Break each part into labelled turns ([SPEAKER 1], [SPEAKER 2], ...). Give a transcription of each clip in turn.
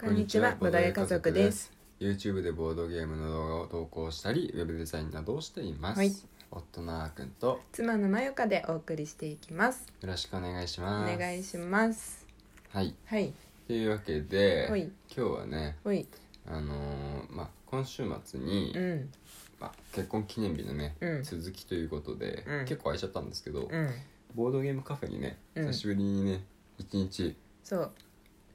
[SPEAKER 1] こんにちは、ボドゲ家族です。。
[SPEAKER 2] YouTube でボードゲームの動画を投稿したり、ウェブデザインなどをしています。
[SPEAKER 1] はい
[SPEAKER 2] 夫のあーくんと
[SPEAKER 1] 妻のまゆかでお送りしていきます。
[SPEAKER 2] よろしくお願いし
[SPEAKER 1] お
[SPEAKER 2] ます。
[SPEAKER 1] 願いします。
[SPEAKER 2] はい。
[SPEAKER 1] はい、
[SPEAKER 2] というわけで、
[SPEAKER 1] はい
[SPEAKER 2] 今日はね、
[SPEAKER 1] ほい、
[SPEAKER 2] あのーまあ今週末に、
[SPEAKER 1] うん、
[SPEAKER 2] まあ結婚記念日のね、
[SPEAKER 1] うん
[SPEAKER 2] 続きということで、
[SPEAKER 1] うん
[SPEAKER 2] 結構空いちゃったんですけど、
[SPEAKER 1] うん、
[SPEAKER 2] ボードゲームカフェにね、
[SPEAKER 1] うん
[SPEAKER 2] 久しぶりにね、一日
[SPEAKER 1] そう、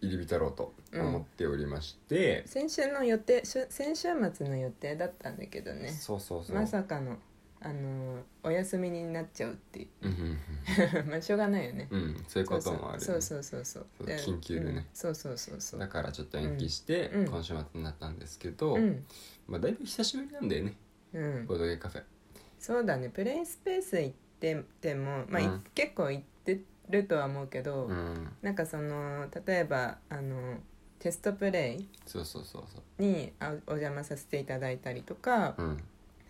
[SPEAKER 2] 入り浸ろうと思っておりまして、
[SPEAKER 1] 先週の予定、しゅ先週末の予定だったんだけどね。
[SPEAKER 2] そうそうそう。
[SPEAKER 1] まさかの、あのーお休みになっちゃうっていう
[SPEAKER 2] うんうん
[SPEAKER 1] まあ、しょうが ないよね。
[SPEAKER 2] んうん、うん、そういう
[SPEAKER 1] そ
[SPEAKER 2] こ
[SPEAKER 1] うそ
[SPEAKER 2] と
[SPEAKER 1] う
[SPEAKER 2] もあるよね、
[SPEAKER 1] そうそうそうそう
[SPEAKER 2] そう
[SPEAKER 1] で
[SPEAKER 2] 緊急でね
[SPEAKER 1] うんそうそうそうそ
[SPEAKER 2] だ
[SPEAKER 1] う
[SPEAKER 2] からちょっと延期して、
[SPEAKER 1] うん
[SPEAKER 2] 今週末になったんですけど、
[SPEAKER 1] うん
[SPEAKER 2] まあ、だいぶ久しぶりなんだよね
[SPEAKER 1] うん
[SPEAKER 2] ボードゲーカフェ
[SPEAKER 1] そうだねプレイスペース行ってても、まあい
[SPEAKER 2] うん
[SPEAKER 1] 結構行ってるとは思うけど、
[SPEAKER 2] うん
[SPEAKER 1] なんかその例えばあのテストプレイ
[SPEAKER 2] そうそうそうそ
[SPEAKER 1] にあお邪魔させていただいたりとか、
[SPEAKER 2] ううん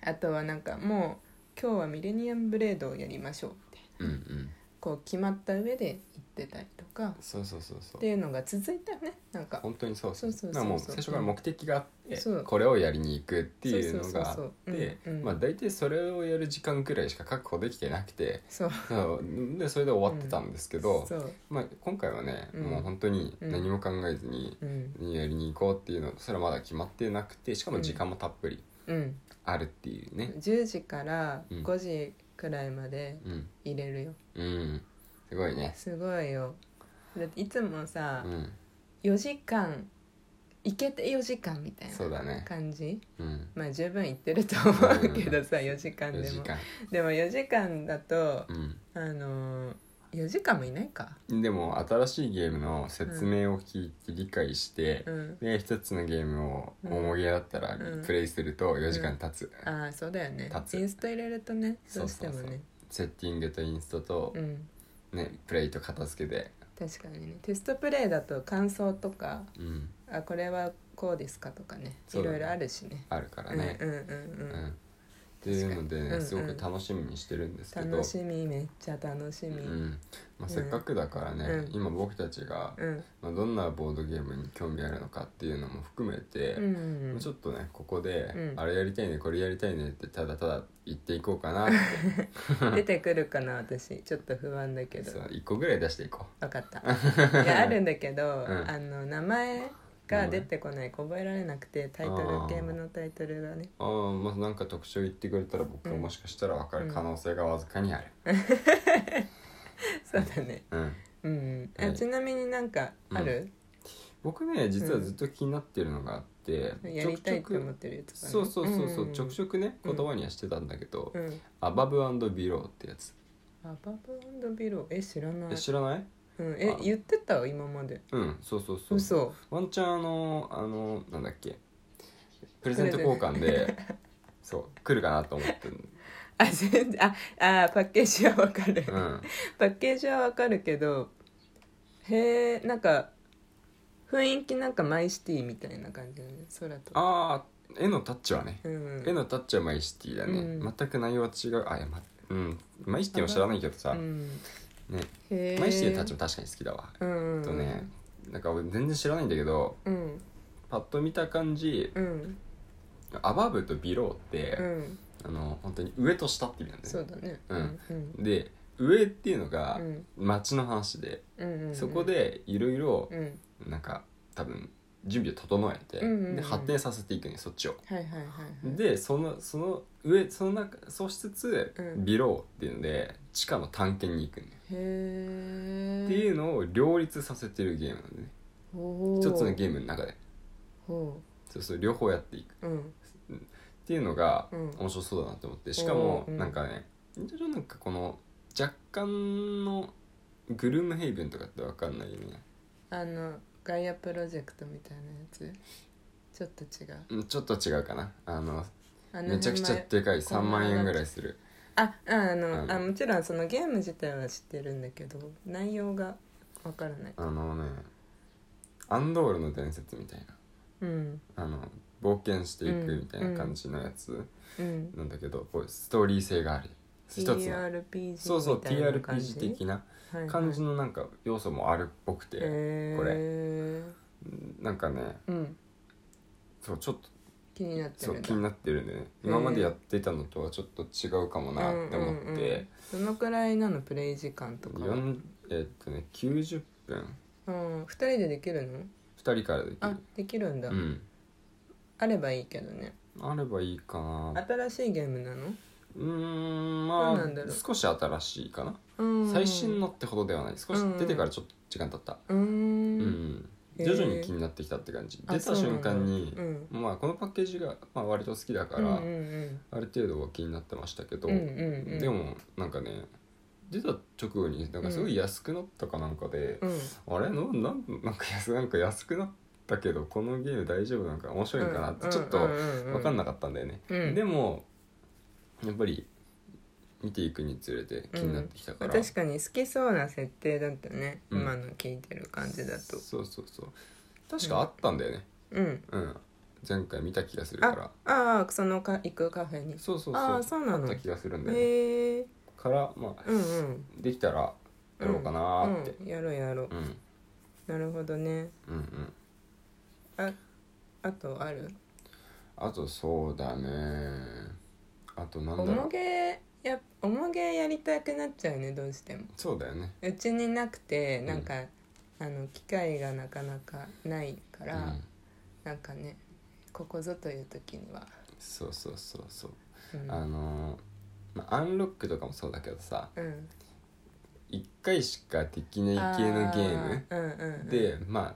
[SPEAKER 1] あとはなんかもう今日はミレニアムブレードをやりましょうって
[SPEAKER 2] うんうん
[SPEAKER 1] こう決まった上で行ってたりとか
[SPEAKER 2] そうそうそうそ
[SPEAKER 1] って
[SPEAKER 2] う
[SPEAKER 1] いうのが続いたよねなんか
[SPEAKER 2] 本当にそう
[SPEAKER 1] そうそうそうそう
[SPEAKER 2] だからもう最初から目的があって
[SPEAKER 1] そう
[SPEAKER 2] これをやりに行くっていうのがあ
[SPEAKER 1] そう
[SPEAKER 2] っ
[SPEAKER 1] そうそうそう
[SPEAKER 2] て
[SPEAKER 1] うんうん
[SPEAKER 2] まあ大体それをやる時間くらいしか確保できてなくて
[SPEAKER 1] そう
[SPEAKER 2] そうでそれで終わってたんですけど、
[SPEAKER 1] そう、
[SPEAKER 2] まあ、今回はね、
[SPEAKER 1] うん
[SPEAKER 2] もう本当に何も考えずに
[SPEAKER 1] うん
[SPEAKER 2] やりに行こうっていうのそれはまだ決まってなくてしかも時間もたっぷり
[SPEAKER 1] うん、
[SPEAKER 2] あるっていうね、
[SPEAKER 1] 10時から
[SPEAKER 2] うん
[SPEAKER 1] 5時くらいまで
[SPEAKER 2] うん
[SPEAKER 1] 入れるよ
[SPEAKER 2] うんすごいね
[SPEAKER 1] すごいよだっていつもさ
[SPEAKER 2] うん
[SPEAKER 1] 4時間行けて4時間みたい
[SPEAKER 2] そうだ
[SPEAKER 1] な
[SPEAKER 2] ね
[SPEAKER 1] 感じ、
[SPEAKER 2] うん
[SPEAKER 1] まあ十分行ってると思うけどさ4時間
[SPEAKER 2] 4
[SPEAKER 1] で
[SPEAKER 2] 時
[SPEAKER 1] も
[SPEAKER 2] 間
[SPEAKER 1] でも4時間だと
[SPEAKER 2] う
[SPEAKER 1] あのー、4時間もいないか
[SPEAKER 2] んでも新しいゲームの説明を聞いて理解して
[SPEAKER 1] う、ん
[SPEAKER 2] で一つのゲームを重げだったら
[SPEAKER 1] うん
[SPEAKER 2] プレイすると4時間経つ、
[SPEAKER 1] ああそうだよね
[SPEAKER 2] 立つ
[SPEAKER 1] インスト入れるとねど
[SPEAKER 2] そうう
[SPEAKER 1] して
[SPEAKER 2] そう
[SPEAKER 1] も
[SPEAKER 2] そう
[SPEAKER 1] ね
[SPEAKER 2] セッティングとインストと
[SPEAKER 1] う、ん
[SPEAKER 2] ね、プレイと片付けで、
[SPEAKER 1] 確かにねテストプレイだと感想とか
[SPEAKER 2] うん、
[SPEAKER 1] あこれはこうですかとかね
[SPEAKER 2] そ
[SPEAKER 1] いう
[SPEAKER 2] だ
[SPEAKER 1] ろ
[SPEAKER 2] ね
[SPEAKER 1] いろあるしね
[SPEAKER 2] あるからね
[SPEAKER 1] う、んうんう
[SPEAKER 2] うんん
[SPEAKER 1] うん
[SPEAKER 2] っていうの
[SPEAKER 1] 確かにう
[SPEAKER 2] で
[SPEAKER 1] んう
[SPEAKER 2] ね
[SPEAKER 1] ん
[SPEAKER 2] すごく楽しみにしてるんですけど、
[SPEAKER 1] 楽しみめっちゃ楽しみ
[SPEAKER 2] う
[SPEAKER 1] うん
[SPEAKER 2] んまあ、せっかくだからね、
[SPEAKER 1] うん
[SPEAKER 2] 今僕たちが、
[SPEAKER 1] うん
[SPEAKER 2] まあ、どんなボードゲームに興味あるのかっていうのも含めて、
[SPEAKER 1] うん
[SPEAKER 2] ちょっとねここで、
[SPEAKER 1] うん
[SPEAKER 2] あれやりたいねこれやりたいねってただただ言っていこうかなって
[SPEAKER 1] 出てくるかな私ちょっと不安だけど
[SPEAKER 2] そう1個ぐらい出していこ
[SPEAKER 1] 分かった いやあるんだけど、
[SPEAKER 2] うん
[SPEAKER 1] あの名前が出てこない覚えられなくてタイトル
[SPEAKER 2] あー
[SPEAKER 1] ゲームのタイトルがね
[SPEAKER 2] うああまあなんか特徴言ってくれたら僕はもしかしたら分かる可能性がわずかにある
[SPEAKER 1] そうだね
[SPEAKER 2] うん、
[SPEAKER 1] うんうん、あ
[SPEAKER 2] はい
[SPEAKER 1] ちなみになんかある、
[SPEAKER 2] 僕ね実はずっと気になってるのがあって、
[SPEAKER 1] やりたいって思ってるやつかな
[SPEAKER 2] そうそうそうそう、
[SPEAKER 1] ん
[SPEAKER 2] ちょくちょくね
[SPEAKER 1] うん
[SPEAKER 2] 言葉にはしてたんだけど「
[SPEAKER 1] うん
[SPEAKER 2] アバブビロー」ってやつ
[SPEAKER 1] アバブビローえ知らない
[SPEAKER 2] え知らない
[SPEAKER 1] うん、え
[SPEAKER 2] あ
[SPEAKER 1] 言ってた今まで
[SPEAKER 2] うんそうそうそう
[SPEAKER 1] 嘘
[SPEAKER 2] ワンチャンあのあのなんだっけプレゼント交換 でそう来るかなと思ってる
[SPEAKER 1] あ全然ああパッケージはわかる、
[SPEAKER 2] うん
[SPEAKER 1] パッケージはわかるけどへえんか雰囲気なんかマイシティみたいな感じだね空と
[SPEAKER 2] ああ絵のタッチはね、
[SPEAKER 1] うん
[SPEAKER 2] 絵のタッチはマイシティだね、
[SPEAKER 1] うん
[SPEAKER 2] 全く内容は違うあいや、ま、うんマイシティも知らないけどさ、
[SPEAKER 1] うん
[SPEAKER 2] ね
[SPEAKER 1] へー
[SPEAKER 2] マイシティのタッチも確かに好きだわ、
[SPEAKER 1] うん
[SPEAKER 2] えっとねなんか俺全然知らないんだけど
[SPEAKER 1] うん
[SPEAKER 2] パッと見た感じ
[SPEAKER 1] うん
[SPEAKER 2] アバブとビローって、
[SPEAKER 1] うん
[SPEAKER 2] あの本当に上と下って意味なんだ
[SPEAKER 1] そ
[SPEAKER 2] よ
[SPEAKER 1] う
[SPEAKER 2] ね
[SPEAKER 1] だね
[SPEAKER 2] うん
[SPEAKER 1] うん
[SPEAKER 2] で上っていうのが
[SPEAKER 1] うん
[SPEAKER 2] 街の話で、
[SPEAKER 1] うんうん
[SPEAKER 2] そこでいろいろ
[SPEAKER 1] うん
[SPEAKER 2] なんか多分準備を整えて、
[SPEAKER 1] うんうんうん
[SPEAKER 2] で発展させていくねそっちを。
[SPEAKER 1] はいはいはいはい
[SPEAKER 2] でそのその上その中そうしつつ、
[SPEAKER 1] うん
[SPEAKER 2] ビローっていうので地下の探検に行くね、
[SPEAKER 1] へえ
[SPEAKER 2] っていうのを両立させてるゲームなんでね一つのゲームの中で
[SPEAKER 1] ほ
[SPEAKER 2] そうそう両方やっていく
[SPEAKER 1] う
[SPEAKER 2] っ
[SPEAKER 1] うん
[SPEAKER 2] ていうのが
[SPEAKER 1] うん
[SPEAKER 2] 面白そうだなと思ってしかも
[SPEAKER 1] おーうん
[SPEAKER 2] なんかねちょっとなんかこの若干のグルームヘイブンとかって分かんないよね
[SPEAKER 1] あのガイアプロジェクトみたいなやつちょっと違う
[SPEAKER 2] うんちょっと違うかなあの
[SPEAKER 1] あの辺
[SPEAKER 2] めちゃくちゃ
[SPEAKER 1] 前
[SPEAKER 2] でかい
[SPEAKER 1] こ
[SPEAKER 2] 3
[SPEAKER 1] んな
[SPEAKER 2] 万円ぐらいする
[SPEAKER 1] ああの
[SPEAKER 2] あの
[SPEAKER 1] あもちろんそのゲーム自体は知ってるんだけど内容がわからない
[SPEAKER 2] あのねアンドールの伝説みたいな
[SPEAKER 1] うん
[SPEAKER 2] あの冒険していくみたいな感じのやつ
[SPEAKER 1] うん
[SPEAKER 2] なんだけど、こうストーリー性があり一つの
[SPEAKER 1] TRPG
[SPEAKER 2] そうそう
[SPEAKER 1] みたいな感じ
[SPEAKER 2] TRPG 的な
[SPEAKER 1] はいはい
[SPEAKER 2] 感じのなんか要素もあるっぽくて、
[SPEAKER 1] へー
[SPEAKER 2] これなんかね
[SPEAKER 1] うん
[SPEAKER 2] そうちょっと
[SPEAKER 1] 気になって
[SPEAKER 2] そ
[SPEAKER 1] る
[SPEAKER 2] うん
[SPEAKER 1] だ
[SPEAKER 2] 気になってるんでね今までやってたのとはちょっと違うかもなって思って、
[SPEAKER 1] うんうんうんどのくらいなのプレイ時間とかは、うん、
[SPEAKER 2] 四えっとね90分
[SPEAKER 1] 2人でできるの
[SPEAKER 2] 2人からでき
[SPEAKER 1] あ
[SPEAKER 2] る
[SPEAKER 1] できるんだ、
[SPEAKER 2] うん
[SPEAKER 1] あればいいけどね
[SPEAKER 2] あればいいかな
[SPEAKER 1] 新しいゲームなの
[SPEAKER 2] うーんま
[SPEAKER 1] どうなんだろう
[SPEAKER 2] あ少し新しいかな、
[SPEAKER 1] うん
[SPEAKER 2] 最新のってほどではない少し
[SPEAKER 1] うん
[SPEAKER 2] 出てからちょっと時間経った
[SPEAKER 1] うーん
[SPEAKER 2] うん、
[SPEAKER 1] へー
[SPEAKER 2] 徐々に気になってきたって感じ
[SPEAKER 1] あ
[SPEAKER 2] 出た瞬間に
[SPEAKER 1] そうなんだ
[SPEAKER 2] まあこのパッケージが、まあ、割と好きだか
[SPEAKER 1] うん、
[SPEAKER 2] ら、
[SPEAKER 1] うんうん
[SPEAKER 2] ある程度は気になってましたけど、
[SPEAKER 1] うんうんうん
[SPEAKER 2] でもなんかね出た直後になんかすごい安くなったかなんかで、
[SPEAKER 1] うん
[SPEAKER 2] あれのなんなんか安なんか安くなったけどこのゲーム大丈夫なんか面白いんかなってちょっと分
[SPEAKER 1] 分
[SPEAKER 2] かん
[SPEAKER 1] ない
[SPEAKER 2] なかったんだよね、
[SPEAKER 1] うん
[SPEAKER 2] でもやっぱり見ていくにつれて気になってきたから、
[SPEAKER 1] 確かに好きそうな設定だったね、
[SPEAKER 2] うん
[SPEAKER 1] 今の聞いてる感じだと
[SPEAKER 2] そうそうそう確かあったんだよね
[SPEAKER 1] うん
[SPEAKER 2] うん、前回見た気がするか
[SPEAKER 1] あ
[SPEAKER 2] ら
[SPEAKER 1] あーそのか行くカフェに
[SPEAKER 2] そうそうそう
[SPEAKER 1] ああそうな
[SPEAKER 2] あっ
[SPEAKER 1] の
[SPEAKER 2] た
[SPEAKER 1] へ
[SPEAKER 2] 気がするんだよね、
[SPEAKER 1] え
[SPEAKER 2] からまあ
[SPEAKER 1] うんうん
[SPEAKER 2] できたらやろうかなーって
[SPEAKER 1] うん、やろうやろう
[SPEAKER 2] うん、うん
[SPEAKER 1] なるほどね
[SPEAKER 2] うん
[SPEAKER 1] ああとある
[SPEAKER 2] あとそうだねあとなんだろ
[SPEAKER 1] 重
[SPEAKER 2] う
[SPEAKER 1] げや重げやりたくなっちゃうねどうしても
[SPEAKER 2] そうだよね
[SPEAKER 1] うちになくてなんか、あの機会がなかなかないか
[SPEAKER 2] う
[SPEAKER 1] ら、
[SPEAKER 2] ん
[SPEAKER 1] なんかねここぞという時には、
[SPEAKER 2] そうそうそうそう
[SPEAKER 1] うん、
[SPEAKER 2] あのーまあ、アンロックとかもそうだけどさ
[SPEAKER 1] うん
[SPEAKER 2] 1回しかできない系のゲーム
[SPEAKER 1] あーうんうんうん、
[SPEAKER 2] でま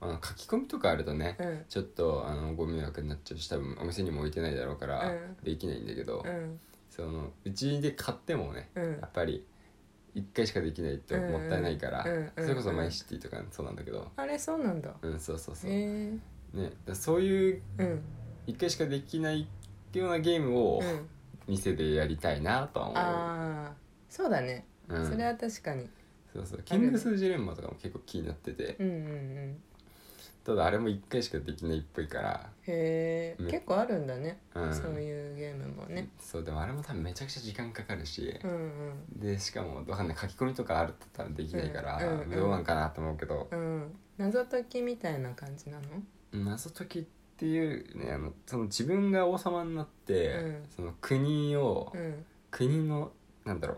[SPEAKER 2] ああの書き込みとかあるとね、
[SPEAKER 1] うん
[SPEAKER 2] ちょっとあのご迷惑になっちゃうし多分お店にも置いてないだろうから
[SPEAKER 1] うん
[SPEAKER 2] できないんだけど、
[SPEAKER 1] うん
[SPEAKER 2] そのうちで買ってもね、
[SPEAKER 1] うん
[SPEAKER 2] やっぱり1回しかできないともったいないから、
[SPEAKER 1] うんうんうんうん
[SPEAKER 2] それこそマイシティとかそうなんだけど
[SPEAKER 1] あれそうなんだ
[SPEAKER 2] うんそうそうそう、
[SPEAKER 1] へえ
[SPEAKER 2] ね、だそういう
[SPEAKER 1] うん
[SPEAKER 2] 1回しかできないようなゲームを
[SPEAKER 1] うん
[SPEAKER 2] 店でやりたいなとは思う、
[SPEAKER 1] ああそうだね、
[SPEAKER 2] うん
[SPEAKER 1] それは確かに
[SPEAKER 2] そうそうキングスジレンマとかも結構気になってて
[SPEAKER 1] うんうんうん
[SPEAKER 2] ただあれも1回しかできないっぽいから、
[SPEAKER 1] へえ、
[SPEAKER 2] ね
[SPEAKER 1] 結構あるんだね、
[SPEAKER 2] うん、
[SPEAKER 1] そういうゲームもね
[SPEAKER 2] そうでもあれも多分めちゃくちゃ時間かかるし、
[SPEAKER 1] うんうん
[SPEAKER 2] でしかもわかんない書き込みとかあると多分できないから、
[SPEAKER 1] うんうんうん
[SPEAKER 2] どうなんかなと思うけど、
[SPEAKER 1] うん謎解きみたいな感じなの
[SPEAKER 2] 謎解きっていうねあのその自分が王様になって、
[SPEAKER 1] うん
[SPEAKER 2] その国を、
[SPEAKER 1] うん
[SPEAKER 2] 国のなんだろ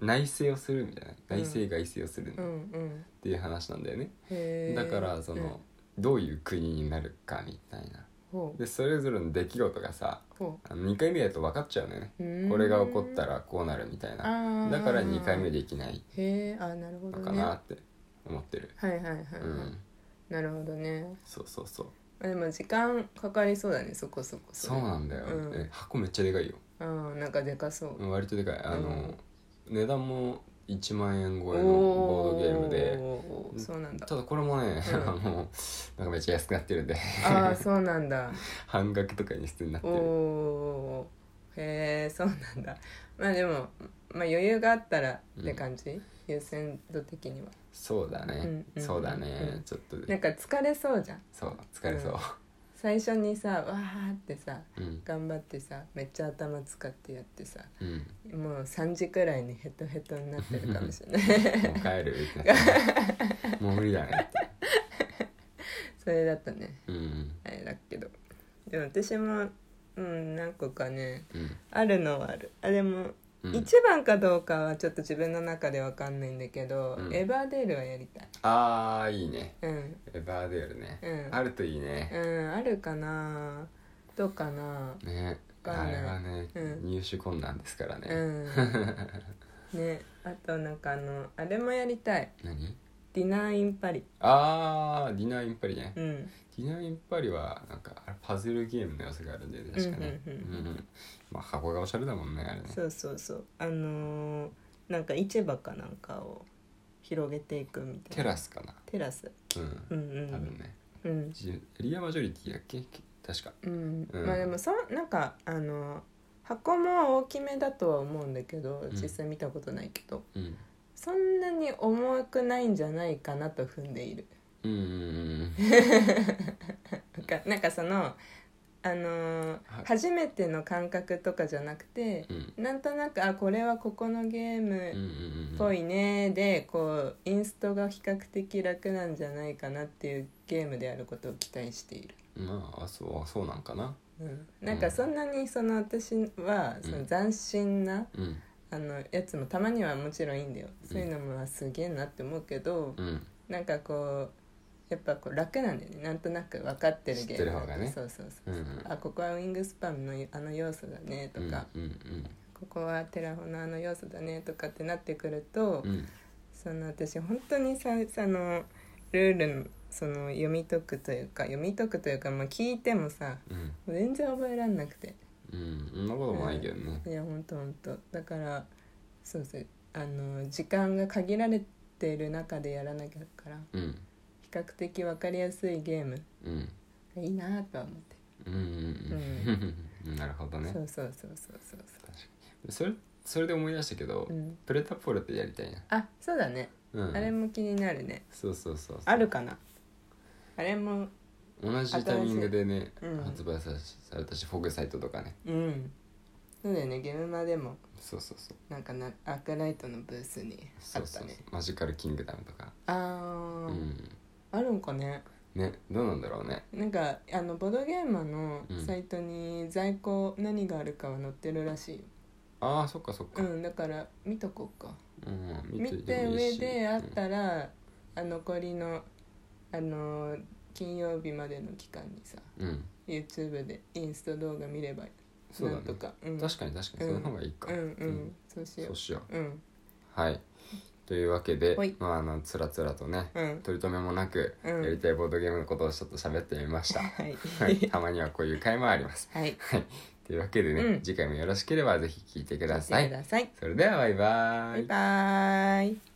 [SPEAKER 2] う内政をするみたいな内政外政をする
[SPEAKER 1] う
[SPEAKER 2] っ
[SPEAKER 1] んうん
[SPEAKER 2] ていう話なんだよね、
[SPEAKER 1] へえ
[SPEAKER 2] だからその、どういう国になるかみたいな
[SPEAKER 1] ほう
[SPEAKER 2] でそれぞれの出来事がさ
[SPEAKER 1] ほ
[SPEAKER 2] あの2回目だと分かっちゃうのよね、
[SPEAKER 1] ううーん
[SPEAKER 2] これが起こったらこうなるみたいな
[SPEAKER 1] あー
[SPEAKER 2] だから2回目できない
[SPEAKER 1] へえあなるほど
[SPEAKER 2] のか
[SPEAKER 1] ね
[SPEAKER 2] な
[SPEAKER 1] は
[SPEAKER 2] って思ってる、、
[SPEAKER 1] いはいはい、はいう
[SPEAKER 2] ん
[SPEAKER 1] なるほどね
[SPEAKER 2] そうそうそう
[SPEAKER 1] あでも時間かかりそうだねそこそこれ
[SPEAKER 2] そうなんだよ、
[SPEAKER 1] うん
[SPEAKER 2] え箱めっちゃでかいよ
[SPEAKER 1] うんなんかでかそう
[SPEAKER 2] うん割とでかいあの、値段も1万円超えのボードゲームで
[SPEAKER 1] おーそうなんだ
[SPEAKER 2] ただこれもね、
[SPEAKER 1] うん
[SPEAKER 2] あのなんかめっちゃ安くなってるんで
[SPEAKER 1] ああそうなんだ
[SPEAKER 2] 半額とかに普通になって
[SPEAKER 1] お
[SPEAKER 2] る
[SPEAKER 1] おーへえそうなんだまあでも、まあ、余裕があったらって感じ、優先度的には
[SPEAKER 2] そうだね、
[SPEAKER 1] うんうん
[SPEAKER 2] そうだね、
[SPEAKER 1] うん
[SPEAKER 2] ちょっと
[SPEAKER 1] なんか疲れそうじゃん
[SPEAKER 2] そう疲れそう、
[SPEAKER 1] 最初にさわーってさ
[SPEAKER 2] うん
[SPEAKER 1] 頑張ってさめっちゃ頭使ってやってさ
[SPEAKER 2] うん
[SPEAKER 1] もう3時くらいにヘトヘトになってるかもし れない
[SPEAKER 2] もう帰るってなっ てもう無理だねって
[SPEAKER 1] それだったね
[SPEAKER 2] うん
[SPEAKER 1] あれだけどでも私もうん何個かね
[SPEAKER 2] うん
[SPEAKER 1] あるのはあるあでも
[SPEAKER 2] うん
[SPEAKER 1] 一番かどうかはちょっと自分の中でわかんないんだけど、
[SPEAKER 2] うん
[SPEAKER 1] エヴァーデールはやりたい
[SPEAKER 2] ああいいね
[SPEAKER 1] うん
[SPEAKER 2] エヴァーデールね、
[SPEAKER 1] うん
[SPEAKER 2] あるといいね、
[SPEAKER 1] うんあるかなどうかな
[SPEAKER 2] ね
[SPEAKER 1] わか
[SPEAKER 2] あ
[SPEAKER 1] んない
[SPEAKER 2] れはね、
[SPEAKER 1] うん
[SPEAKER 2] 入手困難ですからね、
[SPEAKER 1] うん ねあとなんかあのあれもやりたい
[SPEAKER 2] 何
[SPEAKER 1] ディナーインパリ
[SPEAKER 2] あーディナーインパリね、
[SPEAKER 1] うん
[SPEAKER 2] ディナーインパリはなんかあれパズルゲームの要素があるんで確かね
[SPEAKER 1] うんうん
[SPEAKER 2] うんうんまあ箱がおしゃれだもんねあれね
[SPEAKER 1] そうそうそうあのーなんか市場かなんかを広げていくみた
[SPEAKER 2] テ
[SPEAKER 1] いな
[SPEAKER 2] ラスかな
[SPEAKER 1] テラス
[SPEAKER 2] うん
[SPEAKER 1] うん
[SPEAKER 2] 多分ね
[SPEAKER 1] うんうん
[SPEAKER 2] じエリアマジョリティやっけ確か
[SPEAKER 1] うん、
[SPEAKER 2] うん
[SPEAKER 1] まあでもそなんかあの箱も大きめだとは思うんだけど
[SPEAKER 2] ん
[SPEAKER 1] 実際見たことないけど、
[SPEAKER 2] うん
[SPEAKER 1] そんなに重くないんじゃないかなと踏んでいる
[SPEAKER 2] うんうんうん
[SPEAKER 1] なんかなんかそのあのー
[SPEAKER 2] はい
[SPEAKER 1] 初めての感覚とかじゃなくて
[SPEAKER 2] うん
[SPEAKER 1] なんとなくあこれはここのゲー
[SPEAKER 2] うんう
[SPEAKER 1] ム
[SPEAKER 2] んうん
[SPEAKER 1] っぽいねでこうインストが比較的楽なんじゃないかなっていうゲームであることを期待している、
[SPEAKER 2] まああそうあそうなんかな
[SPEAKER 1] うん、なんかそんなにその私はその斬新な、
[SPEAKER 2] うん
[SPEAKER 1] あのやつもたまにはもちろんいいんだよそういうのもあすげえなって思うけど、
[SPEAKER 2] うん
[SPEAKER 1] なんかこうやっぱこう楽なんだよねなんとなく分かってるゲーム
[SPEAKER 2] 知ってる方がね
[SPEAKER 1] そうそうそう
[SPEAKER 2] うんうん
[SPEAKER 1] あここはウィングスパンのあの要素だねとか、
[SPEAKER 2] うんうん
[SPEAKER 1] ここはテラフォのあの要素だねとかってなってくると、
[SPEAKER 2] うんうん
[SPEAKER 1] その私本当にさそのルールのその読み解くというか読み解くというか、まあ、聞いてもさ
[SPEAKER 2] うん
[SPEAKER 1] 全然覚えらんなくて
[SPEAKER 2] うんそんなこともないけどね
[SPEAKER 1] いや本当本当だからそうそうあの時間が限られてる中でやらなきゃだから
[SPEAKER 2] うん
[SPEAKER 1] 比較的分かりやすいゲーム
[SPEAKER 2] うん
[SPEAKER 1] がいいなとは思って
[SPEAKER 2] うんうんうん なるほど
[SPEAKER 1] る、
[SPEAKER 2] ね
[SPEAKER 1] そうそうそうそうそうそ
[SPEAKER 2] 確かにそれそれで思い出したけど
[SPEAKER 1] う、うん、
[SPEAKER 2] プレタポルテやりたいな
[SPEAKER 1] あそうだね、
[SPEAKER 2] うん
[SPEAKER 1] あれも気になるね
[SPEAKER 2] そうそうそう
[SPEAKER 1] あるかなあれも
[SPEAKER 2] 同じタイミングでね
[SPEAKER 1] 新しいうん
[SPEAKER 2] 発売さされたしフォグサイトとかね
[SPEAKER 1] うんそうだよねゲームマでも
[SPEAKER 2] そうそうそう
[SPEAKER 1] なんかなアークライトのブースにあ
[SPEAKER 2] そ
[SPEAKER 1] っ
[SPEAKER 2] うそ
[SPEAKER 1] た
[SPEAKER 2] うそう
[SPEAKER 1] ね
[SPEAKER 2] マジカルキングダムとか
[SPEAKER 1] あ
[SPEAKER 2] う
[SPEAKER 1] ー、
[SPEAKER 2] ん
[SPEAKER 1] あるんかね
[SPEAKER 2] ねどうなんだろうね
[SPEAKER 1] なんかあのボードゲーマーの
[SPEAKER 2] うん
[SPEAKER 1] サイトに在庫何があるかは載ってるらしいよ、
[SPEAKER 2] ああそっかそっ
[SPEAKER 1] う
[SPEAKER 2] か
[SPEAKER 1] ん、だから見とこうか
[SPEAKER 2] うん
[SPEAKER 1] 見
[SPEAKER 2] とい
[SPEAKER 1] て
[SPEAKER 2] もいい
[SPEAKER 1] 上
[SPEAKER 2] し
[SPEAKER 1] であっ
[SPEAKER 2] うん
[SPEAKER 1] たら、あ残りのあの金曜日までの期間にさ
[SPEAKER 2] うん、
[SPEAKER 1] YouTube でインスト動画見れば
[SPEAKER 2] そう
[SPEAKER 1] な
[SPEAKER 2] だ
[SPEAKER 1] ん
[SPEAKER 2] ね
[SPEAKER 1] とかうん
[SPEAKER 2] 確かに確かに
[SPEAKER 1] う
[SPEAKER 2] そ
[SPEAKER 1] ん
[SPEAKER 2] の方がいいか、
[SPEAKER 1] うんうん、
[SPEAKER 2] うん
[SPEAKER 1] そうしよ
[SPEAKER 2] そうしよ
[SPEAKER 1] ううん
[SPEAKER 2] うはいというわけで
[SPEAKER 1] ほい
[SPEAKER 2] まああのつらつらとね
[SPEAKER 1] うん
[SPEAKER 2] 取り留めもなく
[SPEAKER 1] うん
[SPEAKER 2] やりたいボードゲームのことをちょっと喋ってみました、
[SPEAKER 1] はい
[SPEAKER 2] はい、たまにはこういう会もあります
[SPEAKER 1] はい
[SPEAKER 2] はいというわけでね、
[SPEAKER 1] うん
[SPEAKER 2] 次回もよろしければぜひ聞いてくださ
[SPEAKER 1] 聞い
[SPEAKER 2] い
[SPEAKER 1] てください
[SPEAKER 2] それではバイバ
[SPEAKER 1] バイバーイ